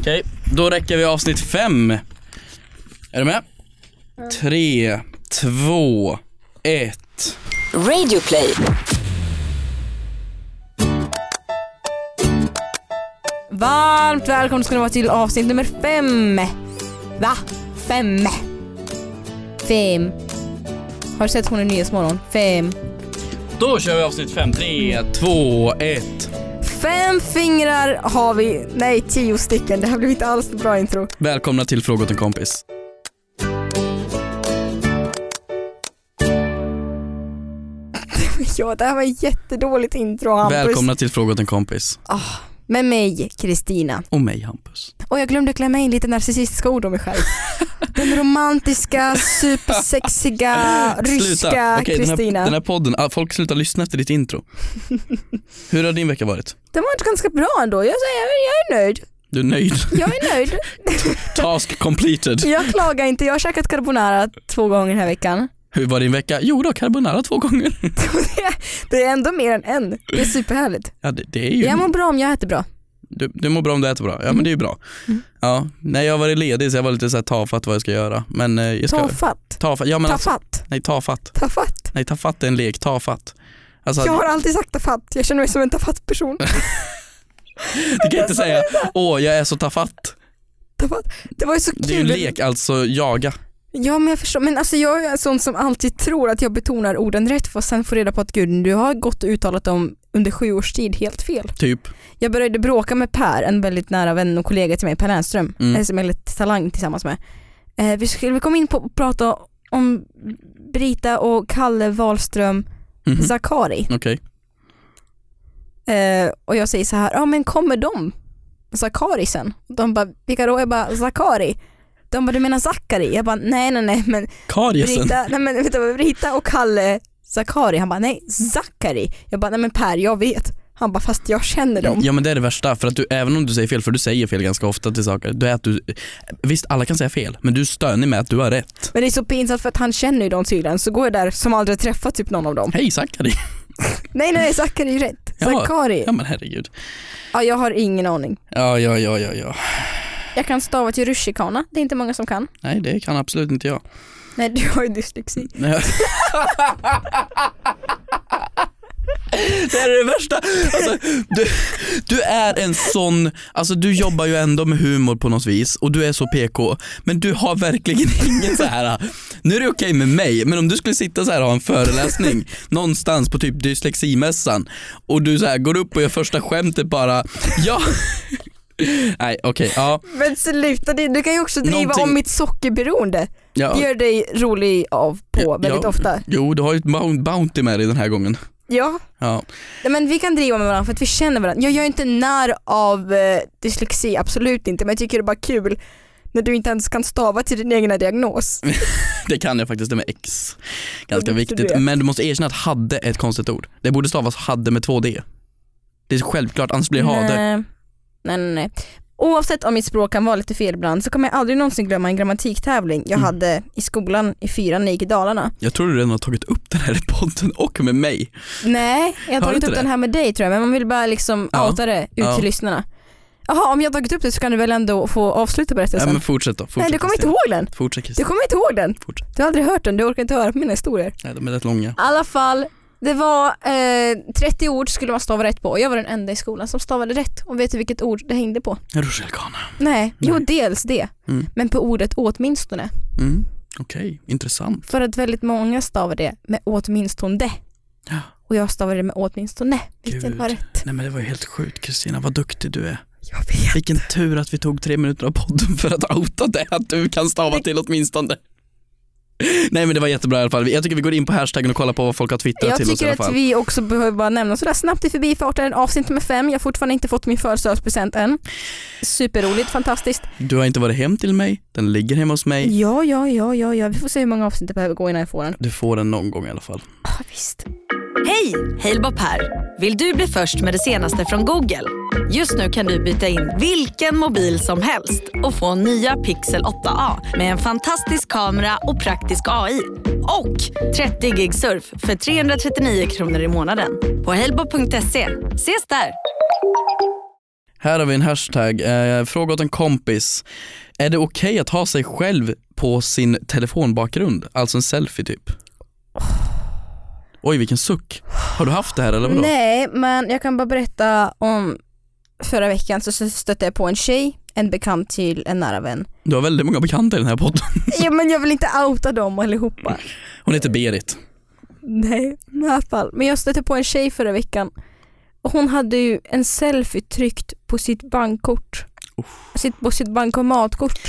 Okej, då räcker vi avsnitt fem. Är du med? Tre, två, ett. Radioplay. Varmt välkomna ska ni vara till avsnitt nummer fem. Va? Fem. Fem. Har du sett hon i Nyhetsmorgon? Fem. Då kör vi avsnitt fem. Tre, två, ett. Fem fingrar har vi. Nej, tio stycken. Det här blev inte alls ett bra intro. Välkomna till Fråga åt en kompis. Ja, det här var ett jättedåligt intro Hampus. Välkomna till Fråga åt en kompis. Med mig, Kristina. Och mig Hampus. Och jag glömde klämma in lite narcissistiska ord om mig själv. Den romantiska, supersexiga, ryska Okej, den, här, Kristina. den här podden, ah, folk slutar lyssna efter ditt intro. Hur har din vecka varit? Den var ganska bra ändå. Jag, säger, jag är nöjd. Du är nöjd? Jag är nöjd. Task completed. Jag klagar inte, jag har käkat carbonara två gånger den här veckan. Hur var din vecka? Jo då, carbonara två gånger. Det är ändå mer än en. Det är superhärligt. Ja, det, det är ju... Jag mår bra om jag äter bra. Du, du mår bra om du äter bra. Ja men det är ju bra. Mm. Ja, nej jag har varit ledig så jag var lite så här tafatt vad jag ska göra. Men eh, jag ska... Tafatt. Tafatt? Ja men alltså, Tafatt. nej tafatt. Tafatt. Nej tafatt är en lek, tafatt. Alltså, Jag har alltid sagt tafatt. Jag känner mig som en tafatt person. du kan inte säga åh jag är så tafatt. Tafatt. Det var ju så kul. Det är ju en lek, alltså jaga. Ja men jag förstår. Men alltså jag är en sån som alltid tror att jag betonar orden rätt för att sen få reda på att gud du har gått och uttalat dem under sju års tid helt fel. Typ. Jag började bråka med Per, en väldigt nära vän och kollega till mig, Per Lernström, Mm. eh, som jag är lite talang tillsammans med. Eh, vi, skulle, vi kom in på att prata om Brita och Kalle Wahlström Mhm. Zakari. Okej. Eh, och jag säger så här, ja men kommer de? Zakari sen? De bara, vilka då? Jag bara, Zakari. De bara, du menar Zakari? Jag bara, nej nej nej men Kariesen. Brita, nej men vänta, Brita och Kalle Zakari. Han bara, nej Zakari. Jag bara, nej men Per jag vet. Han bara, fast jag känner dem. Ja men det är det värsta, för att du, även om du säger fel, för du säger fel ganska ofta till saker, det är att du, visst alla kan säga fel, men du är stönig med att du har rätt. Men det är så pinsamt för att han känner ju dem tydligen, så går jag där som aldrig träffat typ någon av dem. Hej Zachary! Nej nej, nej Zachari är ju rätt. Ja. Zakari. Ja men herregud. Ja, jag har ingen aning. Ja, ja, ja, ja, ja. Jag kan stava till rutschkana, det är inte många som kan. Nej det kan absolut inte jag. Nej du har ju dyslexi. Nej. Det här är det värsta. Alltså, du, du är en sån, alltså du jobbar ju ändå med humor på något vis och du är så PK. Men du har verkligen ingen så här. nu är det okej med mig, men om du skulle sitta så här och ha en föreläsning någonstans på typ dysleximässan och du så här går upp och gör första skämtet bara, ja. Nej okej, ja. Men sluta, det- du kan ju också driva Någonting- om mitt sockerberoende. ja. Det gör dig rolig av på Ja, väldigt ja. ofta. Jo du har ju ett Mount Bounty med dig den här gången. Ja. Ja. Nej, Men vi kan driva med varandra för att vi känner varandra. Jag gör inte när av eh, dyslexi, absolut inte, men jag tycker det är bara kul när du inte ens kan stava till din egna diagnos. Det kan jag faktiskt, det med X. Ganska Ja, det viktigt. vet. Men du måste erkänna att hade är ett konstigt ord. Det borde stavas hade med två D. Det är självklart, annars blir det hade. Nej. nej, nej, nej. Oavsett om mitt språk kan vara lite fel ibland så kommer jag aldrig någonsin glömma en grammatiktävling jag Mm. hade i skolan i fyran när jag gick i Dalarna. Jag tror du redan har tagit upp den här i podden och med mig. Nej, jag har Har du tagit inte upp det? den här med dig tror jag, men man vill bara liksom Ja. outa det ut Ja. till lyssnarna. Jaha, om jag har tagit upp det så kan du väl ändå få avsluta Ja, berättelsen? men fortsätt då. Fortsätt, nej, du kommer inte Kristina. ihåg den. Fortsätt Du Kristina. kommer inte ihåg den. Fortsätt. Du har aldrig hört den, du orkar inte höra på mina historier. Nej, de är rätt långa. I alla fall, det var eh, 30 ord skulle man stava rätt på och jag var den enda i skolan som stavade rätt. Och vet du vilket ord det hängde på? Rutschkana. Nej, jo dels det. Mm. Men på ordet åtminstone. Mm. Okej, intressant. För att väldigt många stavar det med åtminstone. Ja. Och jag stavade det med åtminstone. Vilket Gud. var rätt. Nej men det var ju helt sjukt Kristina, vad duktig du är. Jag vet. Vilken tur att vi tog tre minuter av podden för att outa det, att du kan stava till åtminstone. Nej men det var jättebra i alla fall. Jag tycker vi går in på hashtaggen och kollar på vad folk har twittrat Jag till oss i alla tycker fall. att vi också behöver bara nämna sådär snabbt i förbifarten avsnitt nummer fem. Jag har fortfarande inte fått min födelsedagspresent än. Superroligt, fantastiskt. Du har inte varit hem till mig, den ligger hemma hos mig. Ja, ja, ja, ja, ja. Vi får se hur många avsnitt det behöver gå innan jag får den. Du får den någon gång i alla fall. Ah, visst. Hej! Halebop här. Vill du bli först med det senaste från Google? Just nu kan du byta in vilken mobil som helst och få nya Pixel 8A med en fantastisk kamera och praktisk AI. Och 30 gig surf för 339 kronor i månaden på halebop.se. Ses där! Här har vi en hashtag, eh, fråga åt en kompis. Är det okej att ha sig själv på sin telefonbakgrund? Alltså en selfie typ. Oj vilken suck. Har du haft det här eller vadå? Nej, men jag kan bara berätta om förra veckan så stötte jag på en tjej, en bekant till en nära vän. Du har väldigt många bekanta i den här podden. Ja men jag vill inte outa dem allihopa. Hon heter Berit. Nej, i alla fall. Men jag stötte på en tjej förra veckan och hon hade ju en selfie tryckt på sitt bankkort. Sitt, på sitt bankomatkort.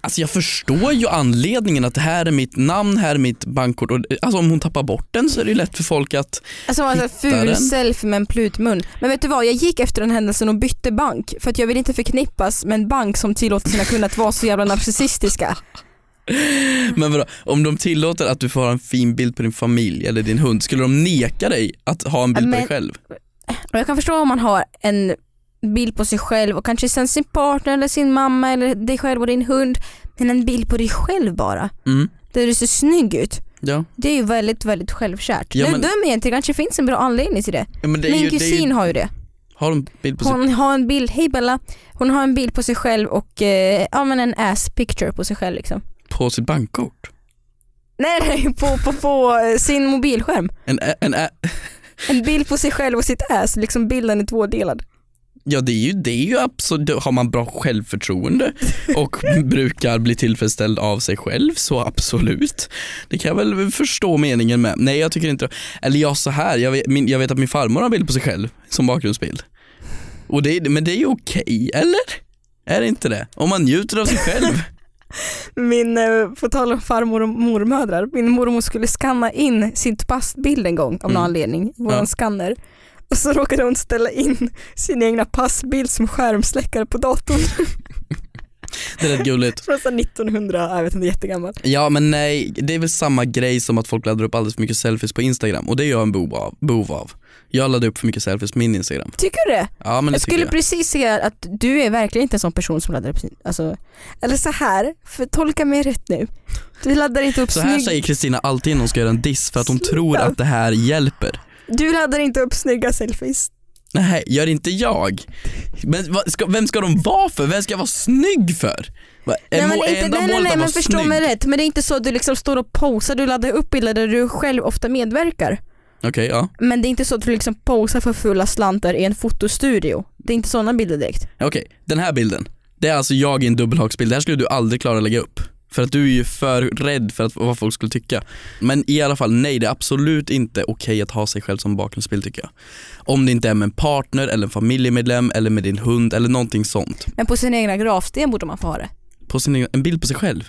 Alltså jag förstår ju anledningen att det här är mitt namn, här är mitt bankkort. Och, alltså om hon tappar bort den så är det ju lätt för folk att, Alltså hon hade en Hittar ful den. selfie med en plutmun. Men vet du vad, jag gick efter den händelsen och bytte bank för att jag vill inte förknippas med en bank som tillåter sina kunder att vara så jävla narcissistiska. men vadå, om de tillåter att du får ha en fin bild på din familj eller din hund, skulle de neka dig att ha en bild på Men- dig själv? Och jag kan förstå om man har en bild på sig själv och kanske sen sin partner eller sin mamma eller dig själv och din hund. Men en bild på dig själv bara, Mm, där du ser snygg ut. ja. Det är ju väldigt, väldigt självkärt. Ja, nu men- dömer jag inte, det kanske finns en bra anledning till det. ja men det är Min ju, det är kusin ju, har ju det. har de bild på sig? Hon har en bild, hej Bella, hon har en bild på sig själv och eh, ja men en ass picture på sig själv liksom. på sitt bankkort. Nej nej, på, på, på eh, sin mobilskärm. En, ä- en, ä- En bild på sig själv och sitt ass, liksom bilden är tvådelad. ja det är ju, det är ju absolut, har man bra självförtroende och brukar bli tillfredsställd av sig själv så absolut. Det kan jag väl förstå meningen med. Nej jag tycker inte, eller jag så här, jag vet, min, jag vet att min farmor har en bild på sig själv som bakgrundsbild. Och det, är- men det är ju okej, eller? Är det inte det? Om man njuter av sig själv. Min, eh, på tal om farmor och mormödrar, min mormor skulle skanna in sin passbild en gång av någon Mm. anledning, våran Ja. skanner. Och så råkade hon ställa in sin egna passbild som skärmsläckare på datorn. Det är rätt gulligt. Från så här 1900, jag vet inte, jättegammal. Ja men nej, det är väl samma grej som att folk laddar upp alldeles för mycket selfies på Instagram och det är jag en behov av. Behov av. Jag laddar upp för mycket selfies på min Instagram. Tycker du det? Ja men det Jag tycker skulle jag. precis säga att du är verkligen inte en sån person som laddar upp sin, alltså, eller så här, för tolka mig rätt nu. Du laddar inte upp Så här snygg, säger Kristina alltid när hon ska göra en diss för att hon Sluta. tror att det här hjälper. du laddar inte upp snygga selfies. Nej, gör inte jag. Men vad, ska, vem ska de vara för? Vem ska jag vara snygg för? Va, är nej men, må- är inte, enda nej, nej, målet nej, att men vara förstå snygg? mig rätt, men det är inte så att du liksom står och posar, du laddar upp bilder där du själv ofta medverkar. Okej, ja. Men det är inte så att du liksom posar för fulla slantar i en fotostudio. Det är inte sådana bilder direkt. Okej, den här bilden. Det är alltså jag i en dubbelhaksbild. Det här skulle du aldrig klara att lägga upp. För att du är ju för rädd för att, vad folk skulle tycka. Men i alla fall, nej det är absolut inte okej att ha sig själv som bakgrundsbild tycker jag. Om det inte är med en partner eller en familjemedlem eller med din hund eller någonting sånt. Men på sin egna gravsten borde man få ha det. På sin egen, en bild på sig själv.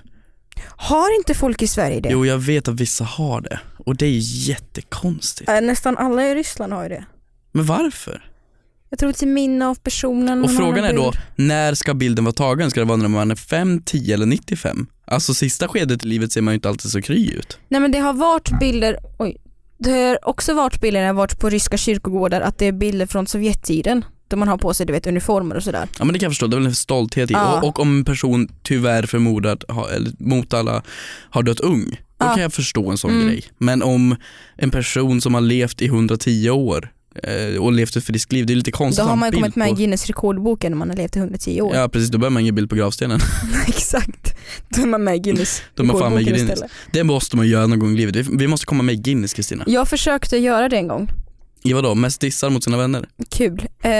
Har inte folk i Sverige det? Jo jag vet att vissa har det och det är ju jättekonstigt. Eh, Nästan alla i Ryssland har ju det. Men varför? Jag tror till minne av personen. man Och har frågan en är då, bild. när ska bilden vara tagen? Ska det vara när man är 5, 10 eller 95? Alltså sista skedet i livet ser man ju inte alltid så kry ut. Nej men det har varit bilder, oj. Det har också varit bilder när jag varit på ryska kyrkogårdar att det är bilder från Sovjettiden. Där man har på sig du vet uniformer och sådär. Ja men det kan jag förstå, det är väl en stolthet i. Ja. Och, och om en person tyvärr förmodad, ha, eller mot alla, har dött ung. Då Ja. kan jag förstå en sån Mm. grej. Men om en person som har levt i 110 år eh, och levt ett friskt liv, det är lite Då konstigt att har ha en man ju kommit bild med i på... Guinness rekordboken när man har levt i 110 år. Ja precis, då behöver man ingen bild på gravstenen. Exakt. Då är man med i Guinness Då är man fan med i rekordboken Guinness. istället. Det måste man göra någon gång i livet. Vi, vi måste komma med i Guinness Kristina. Jag försökte göra det en gång. I vadå? Mest dissar mot sina vänner? Kul. Eh,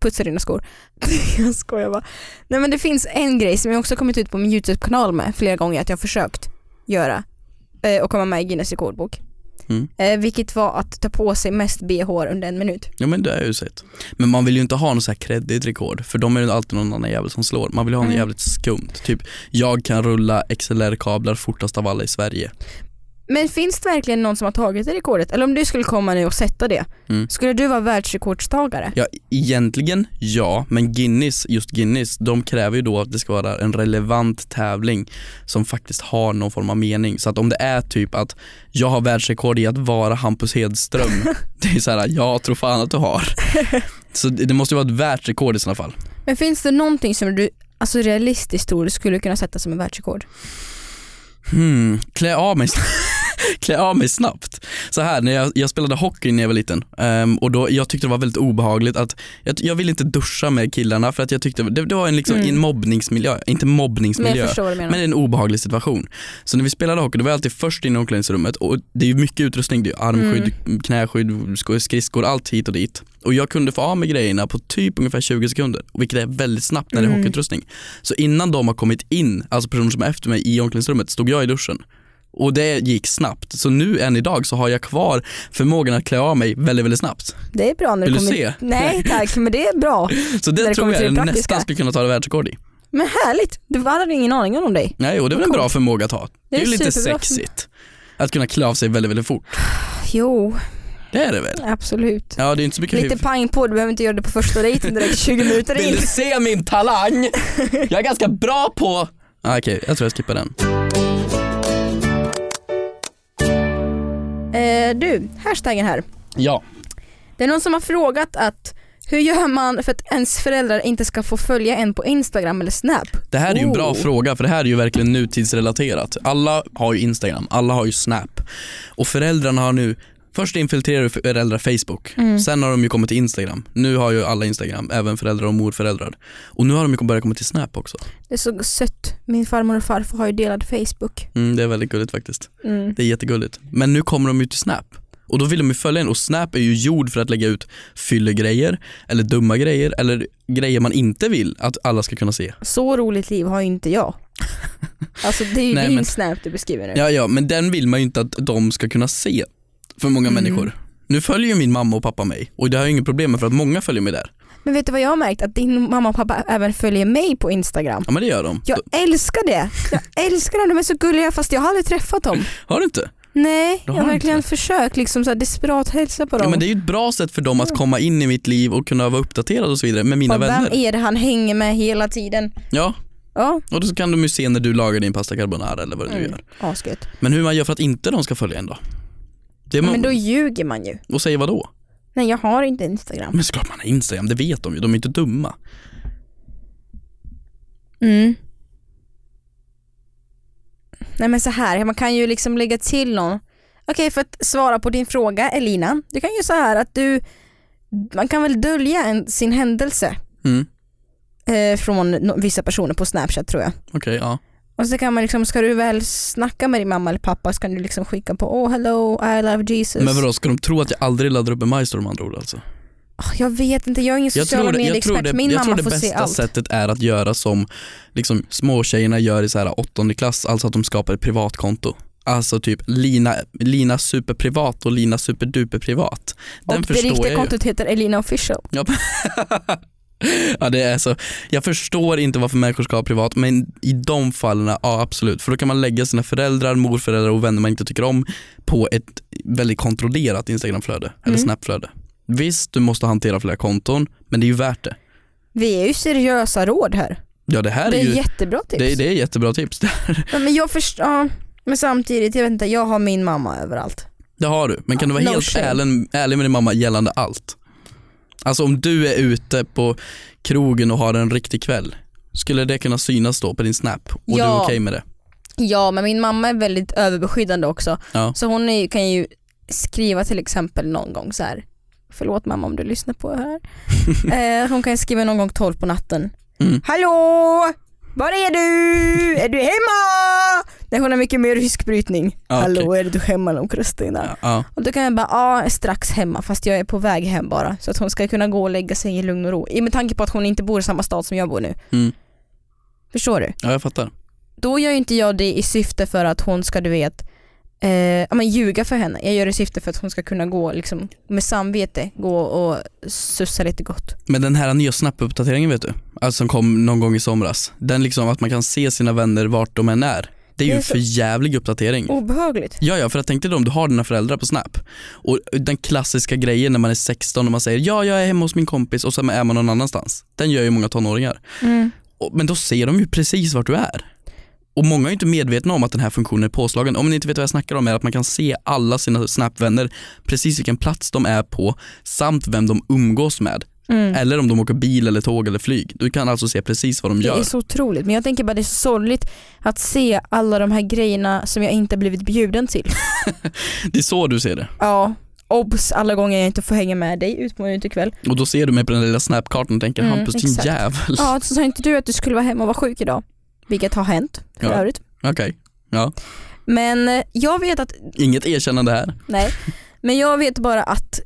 putsa dina skor. jag skojar bara. Nej men det finns en grej som jag också kommit ut på min YouTube-kanal med flera gånger att jag försökt göra eh, och komma med i Guinness rekordbok. Mm. Eh, vilket var att ta på sig mest bh under en minut. Ja men det är ju sett. Men man vill ju inte ha någon så här kreddigt rekord för de är det alltid någon annan jävel som slår. Man vill ha något Mm. jävligt skumt. Typ, jag kan rulla XLR-kablar fortast av alla i Sverige. Men finns det verkligen någon som har tagit det rekordet? Eller om du skulle komma nu och sätta det, Mm. skulle du vara världsrekordstagare? Ja, egentligen ja, men Guinness, just Guinness, de kräver ju då att det ska vara en relevant tävling som faktiskt har någon form av mening. Så att om det är typ att jag har världsrekord i att vara Hampus Hedström, det är så här, jag tror fan att du har. Så det det måste ju vara ett världsrekord i sådana fall. Men finns det någonting som du alltså realistiskt tror du skulle kunna sätta som en världsrekord? Hmm, klä av mig. klä av mig snabbt. Så här, när jag, jag spelade hockey när jag var liten ehm, och då, jag tyckte det var väldigt obehagligt att jag, jag ville inte duscha med killarna för att jag tyckte det, det var en, liksom, Mm. en mobbningsmiljö, inte Men jag mobbningsmiljö. förstår vad du menar. Men det är en obehaglig situation. Så när vi spelade hockey, då var jag alltid först in i omklädningsrummet och det är ju mycket utrustning, det är ju armskydd, Mm. knäskydd, sk- skridskor, allt hit och dit. Och jag kunde få av mig grejerna på typ ungefär 20 sekunder, vilket är väldigt snabbt när det är Mm. hockeyutrustning. Så innan de har kommit in, alltså personer som är efter mig i omklädningsrummet, stod jag i duschen. Och det gick snabbt. Så nu än idag så har jag kvar förmågan att klä av mig väldigt, väldigt snabbt. Det är bra när Vill du du kommer... se? Nej tack, men det är bra. Så När det, det tror kommer jag till det praktiska. nästan skulle kunna ta det världsrekord i. Men härligt, du hade ingen aning om dig. Nej, och det är väl en bra förmåga att ha. Det är är ju lite superbra. sexigt. Att kunna klä av sig väldigt, väldigt fort. Jo, Det är det väl? absolut. Ja det är inte så mycket Lite huvud. pang på, du behöver inte göra det på första dejten direkt 20 minuter in. Vill du se min talang? Jag är ganska bra på... Ah, Okej, jag tror jag skippar den. Eh, du, hashtaggen här. Ja. Det är någon som har frågat att hur gör man för att ens föräldrar inte ska få följa en på Instagram eller Snap? Det här är ju en bra Oh. fråga för det här är ju verkligen nutidsrelaterat. Alla har ju Instagram, alla har ju Snap. Och föräldrarna har nu Först infiltrerar föräldrar Facebook, sen har de ju kommit till Instagram. Nu har ju alla Instagram, även föräldrar och morföräldrar. Och nu har de ju börjat komma till Snap också. Det är så sött. Min farmor och farfar har ju delad Facebook. Mm, det är väldigt gulligt faktiskt. Det är jättegulligt. Men nu kommer de ju till Snap. Och då vill de ju följa en och Snap är ju gjord för att lägga ut fyllegrejer eller dumma grejer eller grejer man inte vill att alla ska kunna se. Så roligt liv har ju inte jag. Alltså det är ju Nej, din men- Snap du beskriver nu. Ja, ja, men den vill man ju inte att de ska kunna se för många Mm. människor. Nu följer ju min mamma och pappa mig och det har jag inget problem med för att många följer mig där. Men vet du vad jag har märkt? Att din mamma och pappa även följer mig på Instagram. Ja men det gör de. Jag älskar det. Jag älskar dem, de är så gulliga fast jag har aldrig träffat dem. Har du inte? Nej, Du jag har har verkligen inte? försökt liksom så här desperat hälsa på dem. Ja men det är ju ett bra sätt för dem att komma in i mitt liv och kunna vara uppdaterad och så vidare med mina Bara, vänner. Mm. Vem är det han hänger med hela tiden? Ja, Ja, och då så kan de ju se när du lagar din pasta carbonara eller vad det nu Mm. gör. asgött. Men hur man gör för att inte de ska följa en då? Det är man, Men då ljuger man ju. Och säger vad då? Nej jag har inte Instagram. Men såklart man har Instagram, det vet de ju. De är inte dumma. Mm. Nej men så här, man kan ju liksom lägga till någon. Okej för att svara på din fråga Elina, du kan ju så här att du, man kan väl dölja en, sin händelse Mm. eh, från no- vissa personer på Snapchat tror jag. Okej, ja. Och så kan man liksom, ska du väl snacka med din mamma eller pappa så kan du liksom skicka på oh hello I love Jesus. Men vadå, ska de tro att jag aldrig laddar upp en MyStorm med andra ord alltså? Ah, Jag vet inte, jag är ingen Jag tror sociala det, jag tror medieexpert. det, Min jag tror mamma det får se bästa allt. sättet är att göra som liksom, småtjejerna gör i så här åttonde klass, alltså att de skapar ett privatkonto. Alltså typ Lina, Lina superprivat och Lina superduperprivat. Den och det förstår riktiga jag ju. kontot heter Elina official. Ja, det är så. Jag förstår inte varför människor ska ha privat, men i de fallen, ja absolut. För då kan man lägga sina föräldrar, morföräldrar och vänner man inte tycker om på ett väldigt kontrollerat Instagramflöde eller Mm. Snapflöde. Visst, du måste hantera flera konton, men det är ju värt det. Vi är ju seriösa råd här. Ja, det här Det är är ju jättebra tips. det, det är jättebra tips. Ja, Men jag förstår, ja. men samtidigt, jag vet inte, jag har min mamma överallt. Det har du, men kan du vara No helt shame. ärlig, ärlig med din mamma gällande allt? Alltså om du är ute på krogen och har en riktig kväll, skulle det kunna synas då på din snap och du är Ja. okej med det? Ja men min mamma är väldigt överbeskyddande också. Ja. Så hon är, ju- kan ju skriva till exempel någon gång så här. Förlåt mamma om du lyssnar på det här. eh, hon kan skriva någon gång 12 på natten. Mm. Hallå! Var är du? Är du hemma? Nej hon har mycket mer rysk brytning. Ja, Ah, okej. Hallå är du hemma någon Kristina? Ja, ja. Och då kan jag bara, ja ah, strax hemma fast jag är på väg hem bara. Så att hon ska kunna gå och lägga sig i lugn och ro. I med tanke på att hon inte bor i samma stad som jag bor nu. Mm. Förstår du? ja jag fattar. Då gör ju inte jag det i syfte för att hon ska du vet, eh, ja, men ljuga för henne. Jag gör det i syfte för att hon ska kunna gå liksom, med samvete, gå och sussa lite gott. Men den här nya snap-uppdateringen vet du, alltså som kom någon gång i somras, den liksom att man kan se sina vänner vart de än är. Det är ju Det är en så- förjävlig uppdatering. Obehagligt. Ja, ja, för jag tänkte då om du har dina föräldrar på Snap och den klassiska grejen när man är 16 och man säger ja, jag är hemma hos min kompis och sen är man någon annanstans. Den gör ju många tonåringar. Mm. Och, men då ser de ju precis vart du är. Och många är ju inte medvetna om att den här funktionen är påslagen. Om ni inte vet vad jag snackar om är att man kan se alla sina Snap-vänner, precis vilken plats de är på samt vem de umgås med. Mm. Eller om de åker bil eller tåg eller flyg. Du kan alltså se precis vad de Det gör. är så otroligt men jag tänker bara det är så sorgligt att se alla de här grejerna som jag inte blivit bjuden till. Det är så du ser det. Ja, obs alla gånger jag inte får hänga med dig ut på en utekväll. Och då ser du mig på den lilla snapkartan och tänker Mm, Hampus din exakt. jävel. Ja, så sa inte du att du skulle vara hemma och vara sjuk idag? Vilket har hänt för Ja. övrigt. Okej, Men eh, jag vet att inget erkännande här. Nej, men jag vet bara att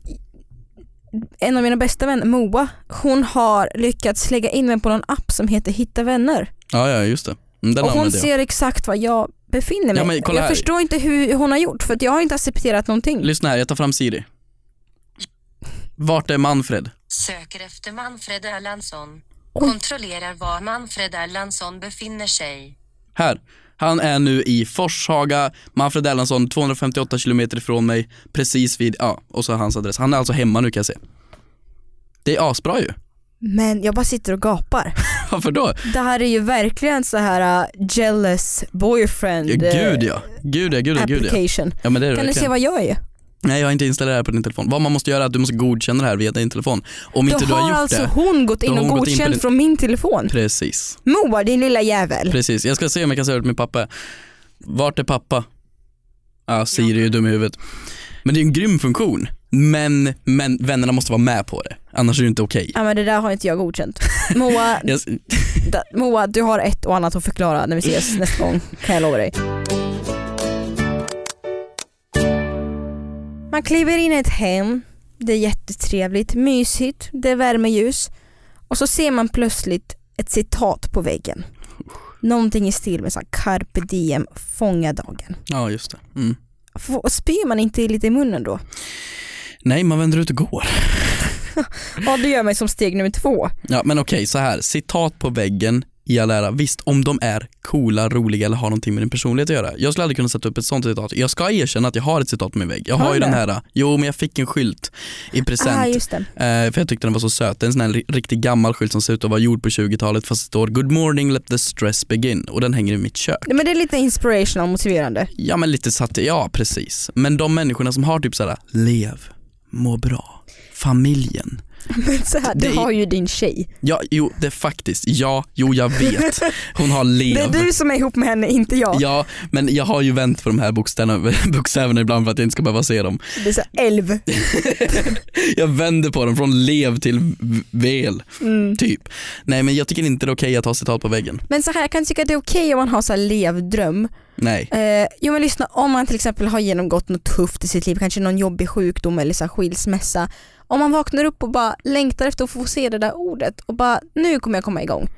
en av mina bästa vänner, Moa, hon har lyckats lägga in mig på någon app som heter Hitta vänner. Ja, ja just det. Mm, Den och hon använder jag. ser exakt var jag befinner mig. Ja, men kolla jag här. förstår inte hur hon har gjort för att jag har inte accepterat någonting. Lyssna här, jag tar fram Siri. Vart är Manfred? Söker efter Manfred Erlandsson. Oj. Kontrollerar var Manfred Erlandsson befinner sig. Här. Han är nu i Forshaga, Manfred Erlandsson, 258 kilometer ifrån mig, precis vid, ja, och så hans adress. Han är alltså hemma nu kan jag se. Det är asbra ju. Men jag bara sitter och gapar. Varför då? Det här är ju verkligen så här uh, jealous boyfriend Ja, eh, gud ja. Gud ja, gud ja, gud ja. application. Ja men det är det Kan du verkligen. se vad jag är? Nej jag har inte installerat det här på din telefon. Vad man måste göra är att du måste godkänna det här via din telefon. Om inte du har gjort alltså det. hon gått Då in har och hon gått in på godkänt din- från min telefon. Precis, Moa din lilla jävel. precis. Jag ska se om jag kan säga det till min pappa. Vart är pappa? Ja, Siri är ju dum i huvudet. Men det är en grym funktion. Men, men vännerna måste vara med på det. Annars är det inte okej. Ja men det där har inte jag godkänt. Moa, Jag, Da- Moa, du har ett och annat att förklara när vi ses nästa gång, kan jag lova dig. Man kliver in i ett hem, det är jättetrevligt, mysigt, det är värmeljus och så ser man plötsligt ett citat på väggen. Någonting i stil med så här, carpe diem, fånga dagen. ja, just det. Mm. F- Spyr man inte lite i munnen då? Nej, man vänder ut och går. Ja det gör mig som steg nummer två. Ja, men okej, så här. Citat på väggen i all ära. Visst, om de är coola, roliga eller har någonting med din personlighet att göra. Jag skulle aldrig kunna sätta upp ett sånt citat. Jag ska erkänna att jag har ett citat på min vägg. Jag har, Har ju du den det? här, äh, jo men jag fick en skylt i present. Ah just det. Eh, för jag tyckte den var så söt. Det är En sån här ri- riktigt gammal skylt som ser ut att vara gjord på 20-talet fast det står “Good morning, let the stress begin” och den hänger i mitt kök. Nej, Men det är lite inspirational, motiverande. Ja men lite satt ja precis. Men de människorna som har typ såhär “Lev, må bra, familjen”. Men så här, du Det är- har ju din tjej. Ja, jo det är faktiskt, ja, jo jag vet. Hon har lev. Det är du som är ihop med henne, inte jag. Ja, men jag har ju vänt på de här bokstäverna, bokstäverna ibland för att jag inte ska behöva se dem. Det är så här, älv. Jag vänder på dem från lev till v- vel, Mm. typ. Nej men jag tycker inte det är okej att ha citat på väggen. Men så här, jag kan tycka att det är okej om man har så här levdröm. Nej. Eh, jo men lyssna, om man till exempel har genomgått något tufft i sitt liv, kanske någon jobbig sjukdom eller så här skilsmässa. Om man vaknar upp och bara längtar efter att få se det där ordet och bara nu kommer jag komma igång.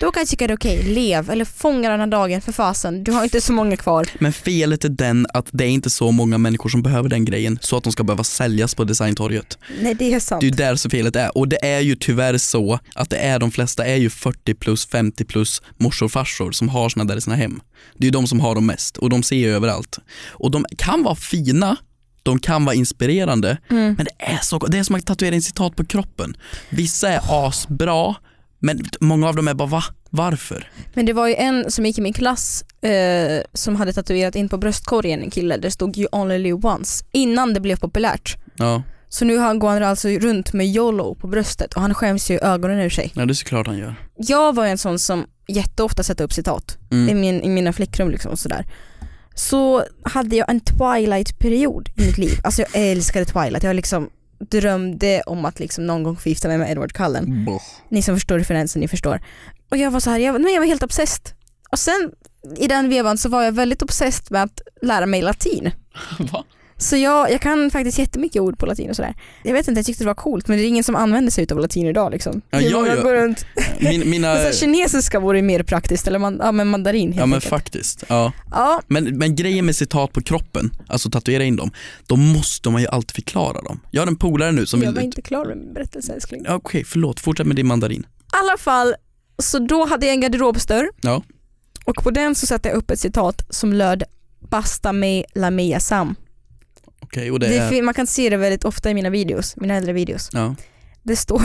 Då kan jag tycka det är okej, lev eller fånga den här dagen för fasen, du har inte så många kvar. Men felet är den att det är inte så många människor som behöver den grejen så att de ska behöva säljas på designtorget. Nej det är sant. Det är ju där så felet är och det är ju tyvärr så att det är de flesta är ju 40 plus, 50 plus morsor och farsor som har såna där i sina hem. Det är ju de som har dem mest och de ser ju överallt. Och de kan vara fina, de kan vara inspirerande Mm. men det är så det är som att tatuera in citat på kroppen. Vissa är asbra men många av dem är bara va? Varför? Men det var ju en som gick i min klass eh, som hade tatuerat in på bröstkorgen en kille, det stod you only live once, innan det blev populärt. Ja, Så nu han- går han alltså runt med YOLO på bröstet och han skäms ju ögonen ur sig. ja det är såklart han gör. Jag var ju en sån som jätteofta satte upp citat Mm. i, min, i mina flickrum liksom och sådär. Så hade jag en Twilight-period i mitt liv. Alltså jag älskade Twilight. Jag liksom drömde om att liksom någon gång få gifta mig med Edward Cullen. Boh. Ni som förstår referensen, ni förstår. Och jag var så här, jag, nej, jag var helt obsessed. Och sen i den vevan så var jag väldigt obsessed med att lära mig latin. Va? Så jag, jag kan faktiskt jättemycket ord på latin och sådär. Jag vet inte, jag tyckte det var coolt men det är ingen som använder sig av latin idag liksom. Ja, Hur jag många gör- Eh. går runt Min, mina... men så här, kinesiska vore ju mer praktiskt, eller man, ja, men mandarin helt Ja men enkelt. faktiskt. Ja. ja, Men, men grejen med citat på kroppen, alltså tatuera in dem, då måste man ju alltid förklara dem. Jag har en polare nu som jag vill... var inte klar med min berättelse älskling. Ja, Okej, förlåt. Fortsätt med din mandarin. I alla fall, så då hade jag en garderobsdörr Ja. och på den så satte jag upp ett citat som löd Basta me la mia sam. Okej, och det, Det är... fin- man kan se det väldigt ofta i mina videos, mina äldre videos. Ja. Det står,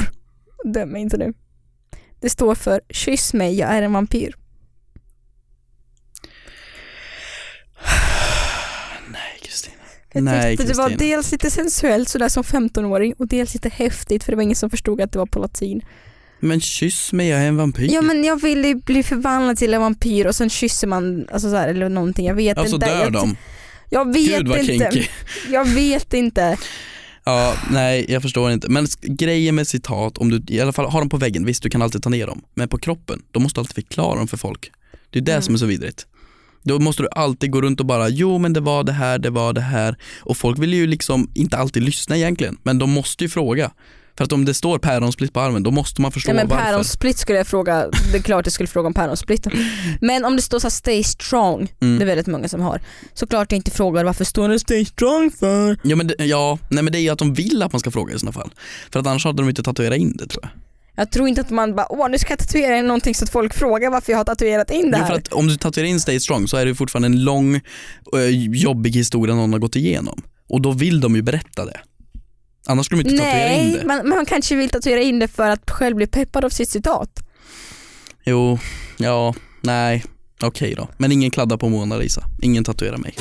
döm mig inte nu. Det står för kyss mig, jag är en vampyr. Nej, Kristina. Jag Nej, tyckte det var Kristina. dels lite sensuellt sådär som 15-åring och dels lite häftigt för det var ingen som förstod att det var på latin. Men kyss mig, jag är en vampyr. Ja men jag ville ju bli förvandlad till en vampyr och sen kysser man alltså så här, eller någonting. Jag vet alltså inte. dör jag, de. jag vet Gud vad inte. kinky. Jag vet inte. Ja, nej jag förstår inte. Men sk- grejen med citat, om du i alla fall har dem på väggen, visst du kan alltid ta ner dem. Men på kroppen, då måste du alltid förklara dem för folk. Det är Mm. det som är så vidrigt. Då måste du alltid gå runt och bara, jo men det var det här, det var det här. Och folk vill ju liksom inte alltid lyssna egentligen, men de måste ju fråga. För att om det står päronsplitt på armen, då måste man förstå Nej, men varför. päronsplitt skulle jag fråga, det är klart jag skulle fråga om päronsplitt. Men om det står så här, stay strong, Mm. det är väldigt många som har, såklart jag inte frågar varför står det stay strong för? Ja, men det, ja, nej men det är ju att de vill att man ska fråga i sådana fall. För att annars hade de inte tatuerat in det tror jag. Jag tror inte att man bara, åh nu ska jag tatuera in någonting så att folk frågar varför jag har tatuerat in det Jo, här. för att om du tatuerar in Stay Strong så är det fortfarande en lång, eh, jobbig historia någon har gått igenom. Och då vill de ju berätta det. Annars skulle de inte tatuera in Nej, det. man, men man kanske vill tatuera in det för att själv bli peppad av sitt citat. Jo, ja, nej, okej då. Men ingen kladdar på Mona Lisa. Ingen tatuerar mig.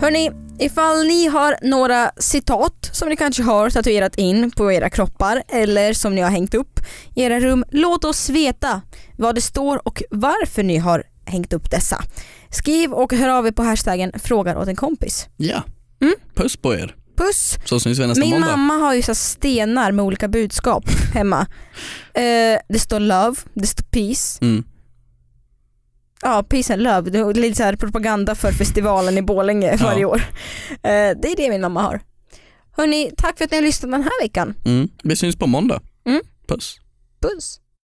Hörni, ifall ni har några citat som ni kanske har tatuerat in på era kroppar eller som ni har hängt upp i era rum, låt oss veta vad det står och varför ni har hängt upp dessa. Skriv och hör av er på hashtaggen frågar åt en kompis. Ja, Mm. puss på er. Puss! Så syns vi nästa Min måndag. mamma har ju så här stenar med olika budskap hemma. Eh, det står love, det står peace, Mm. Ja, Peace and Love. Det är lite så här propaganda för festivalen i Borlänge Ja. varje år. Eh, Det är det min mamma har. Hörni, tack för att ni har lyssnat den här veckan. Mm. Vi syns på måndag. Mm. Puss. Puss!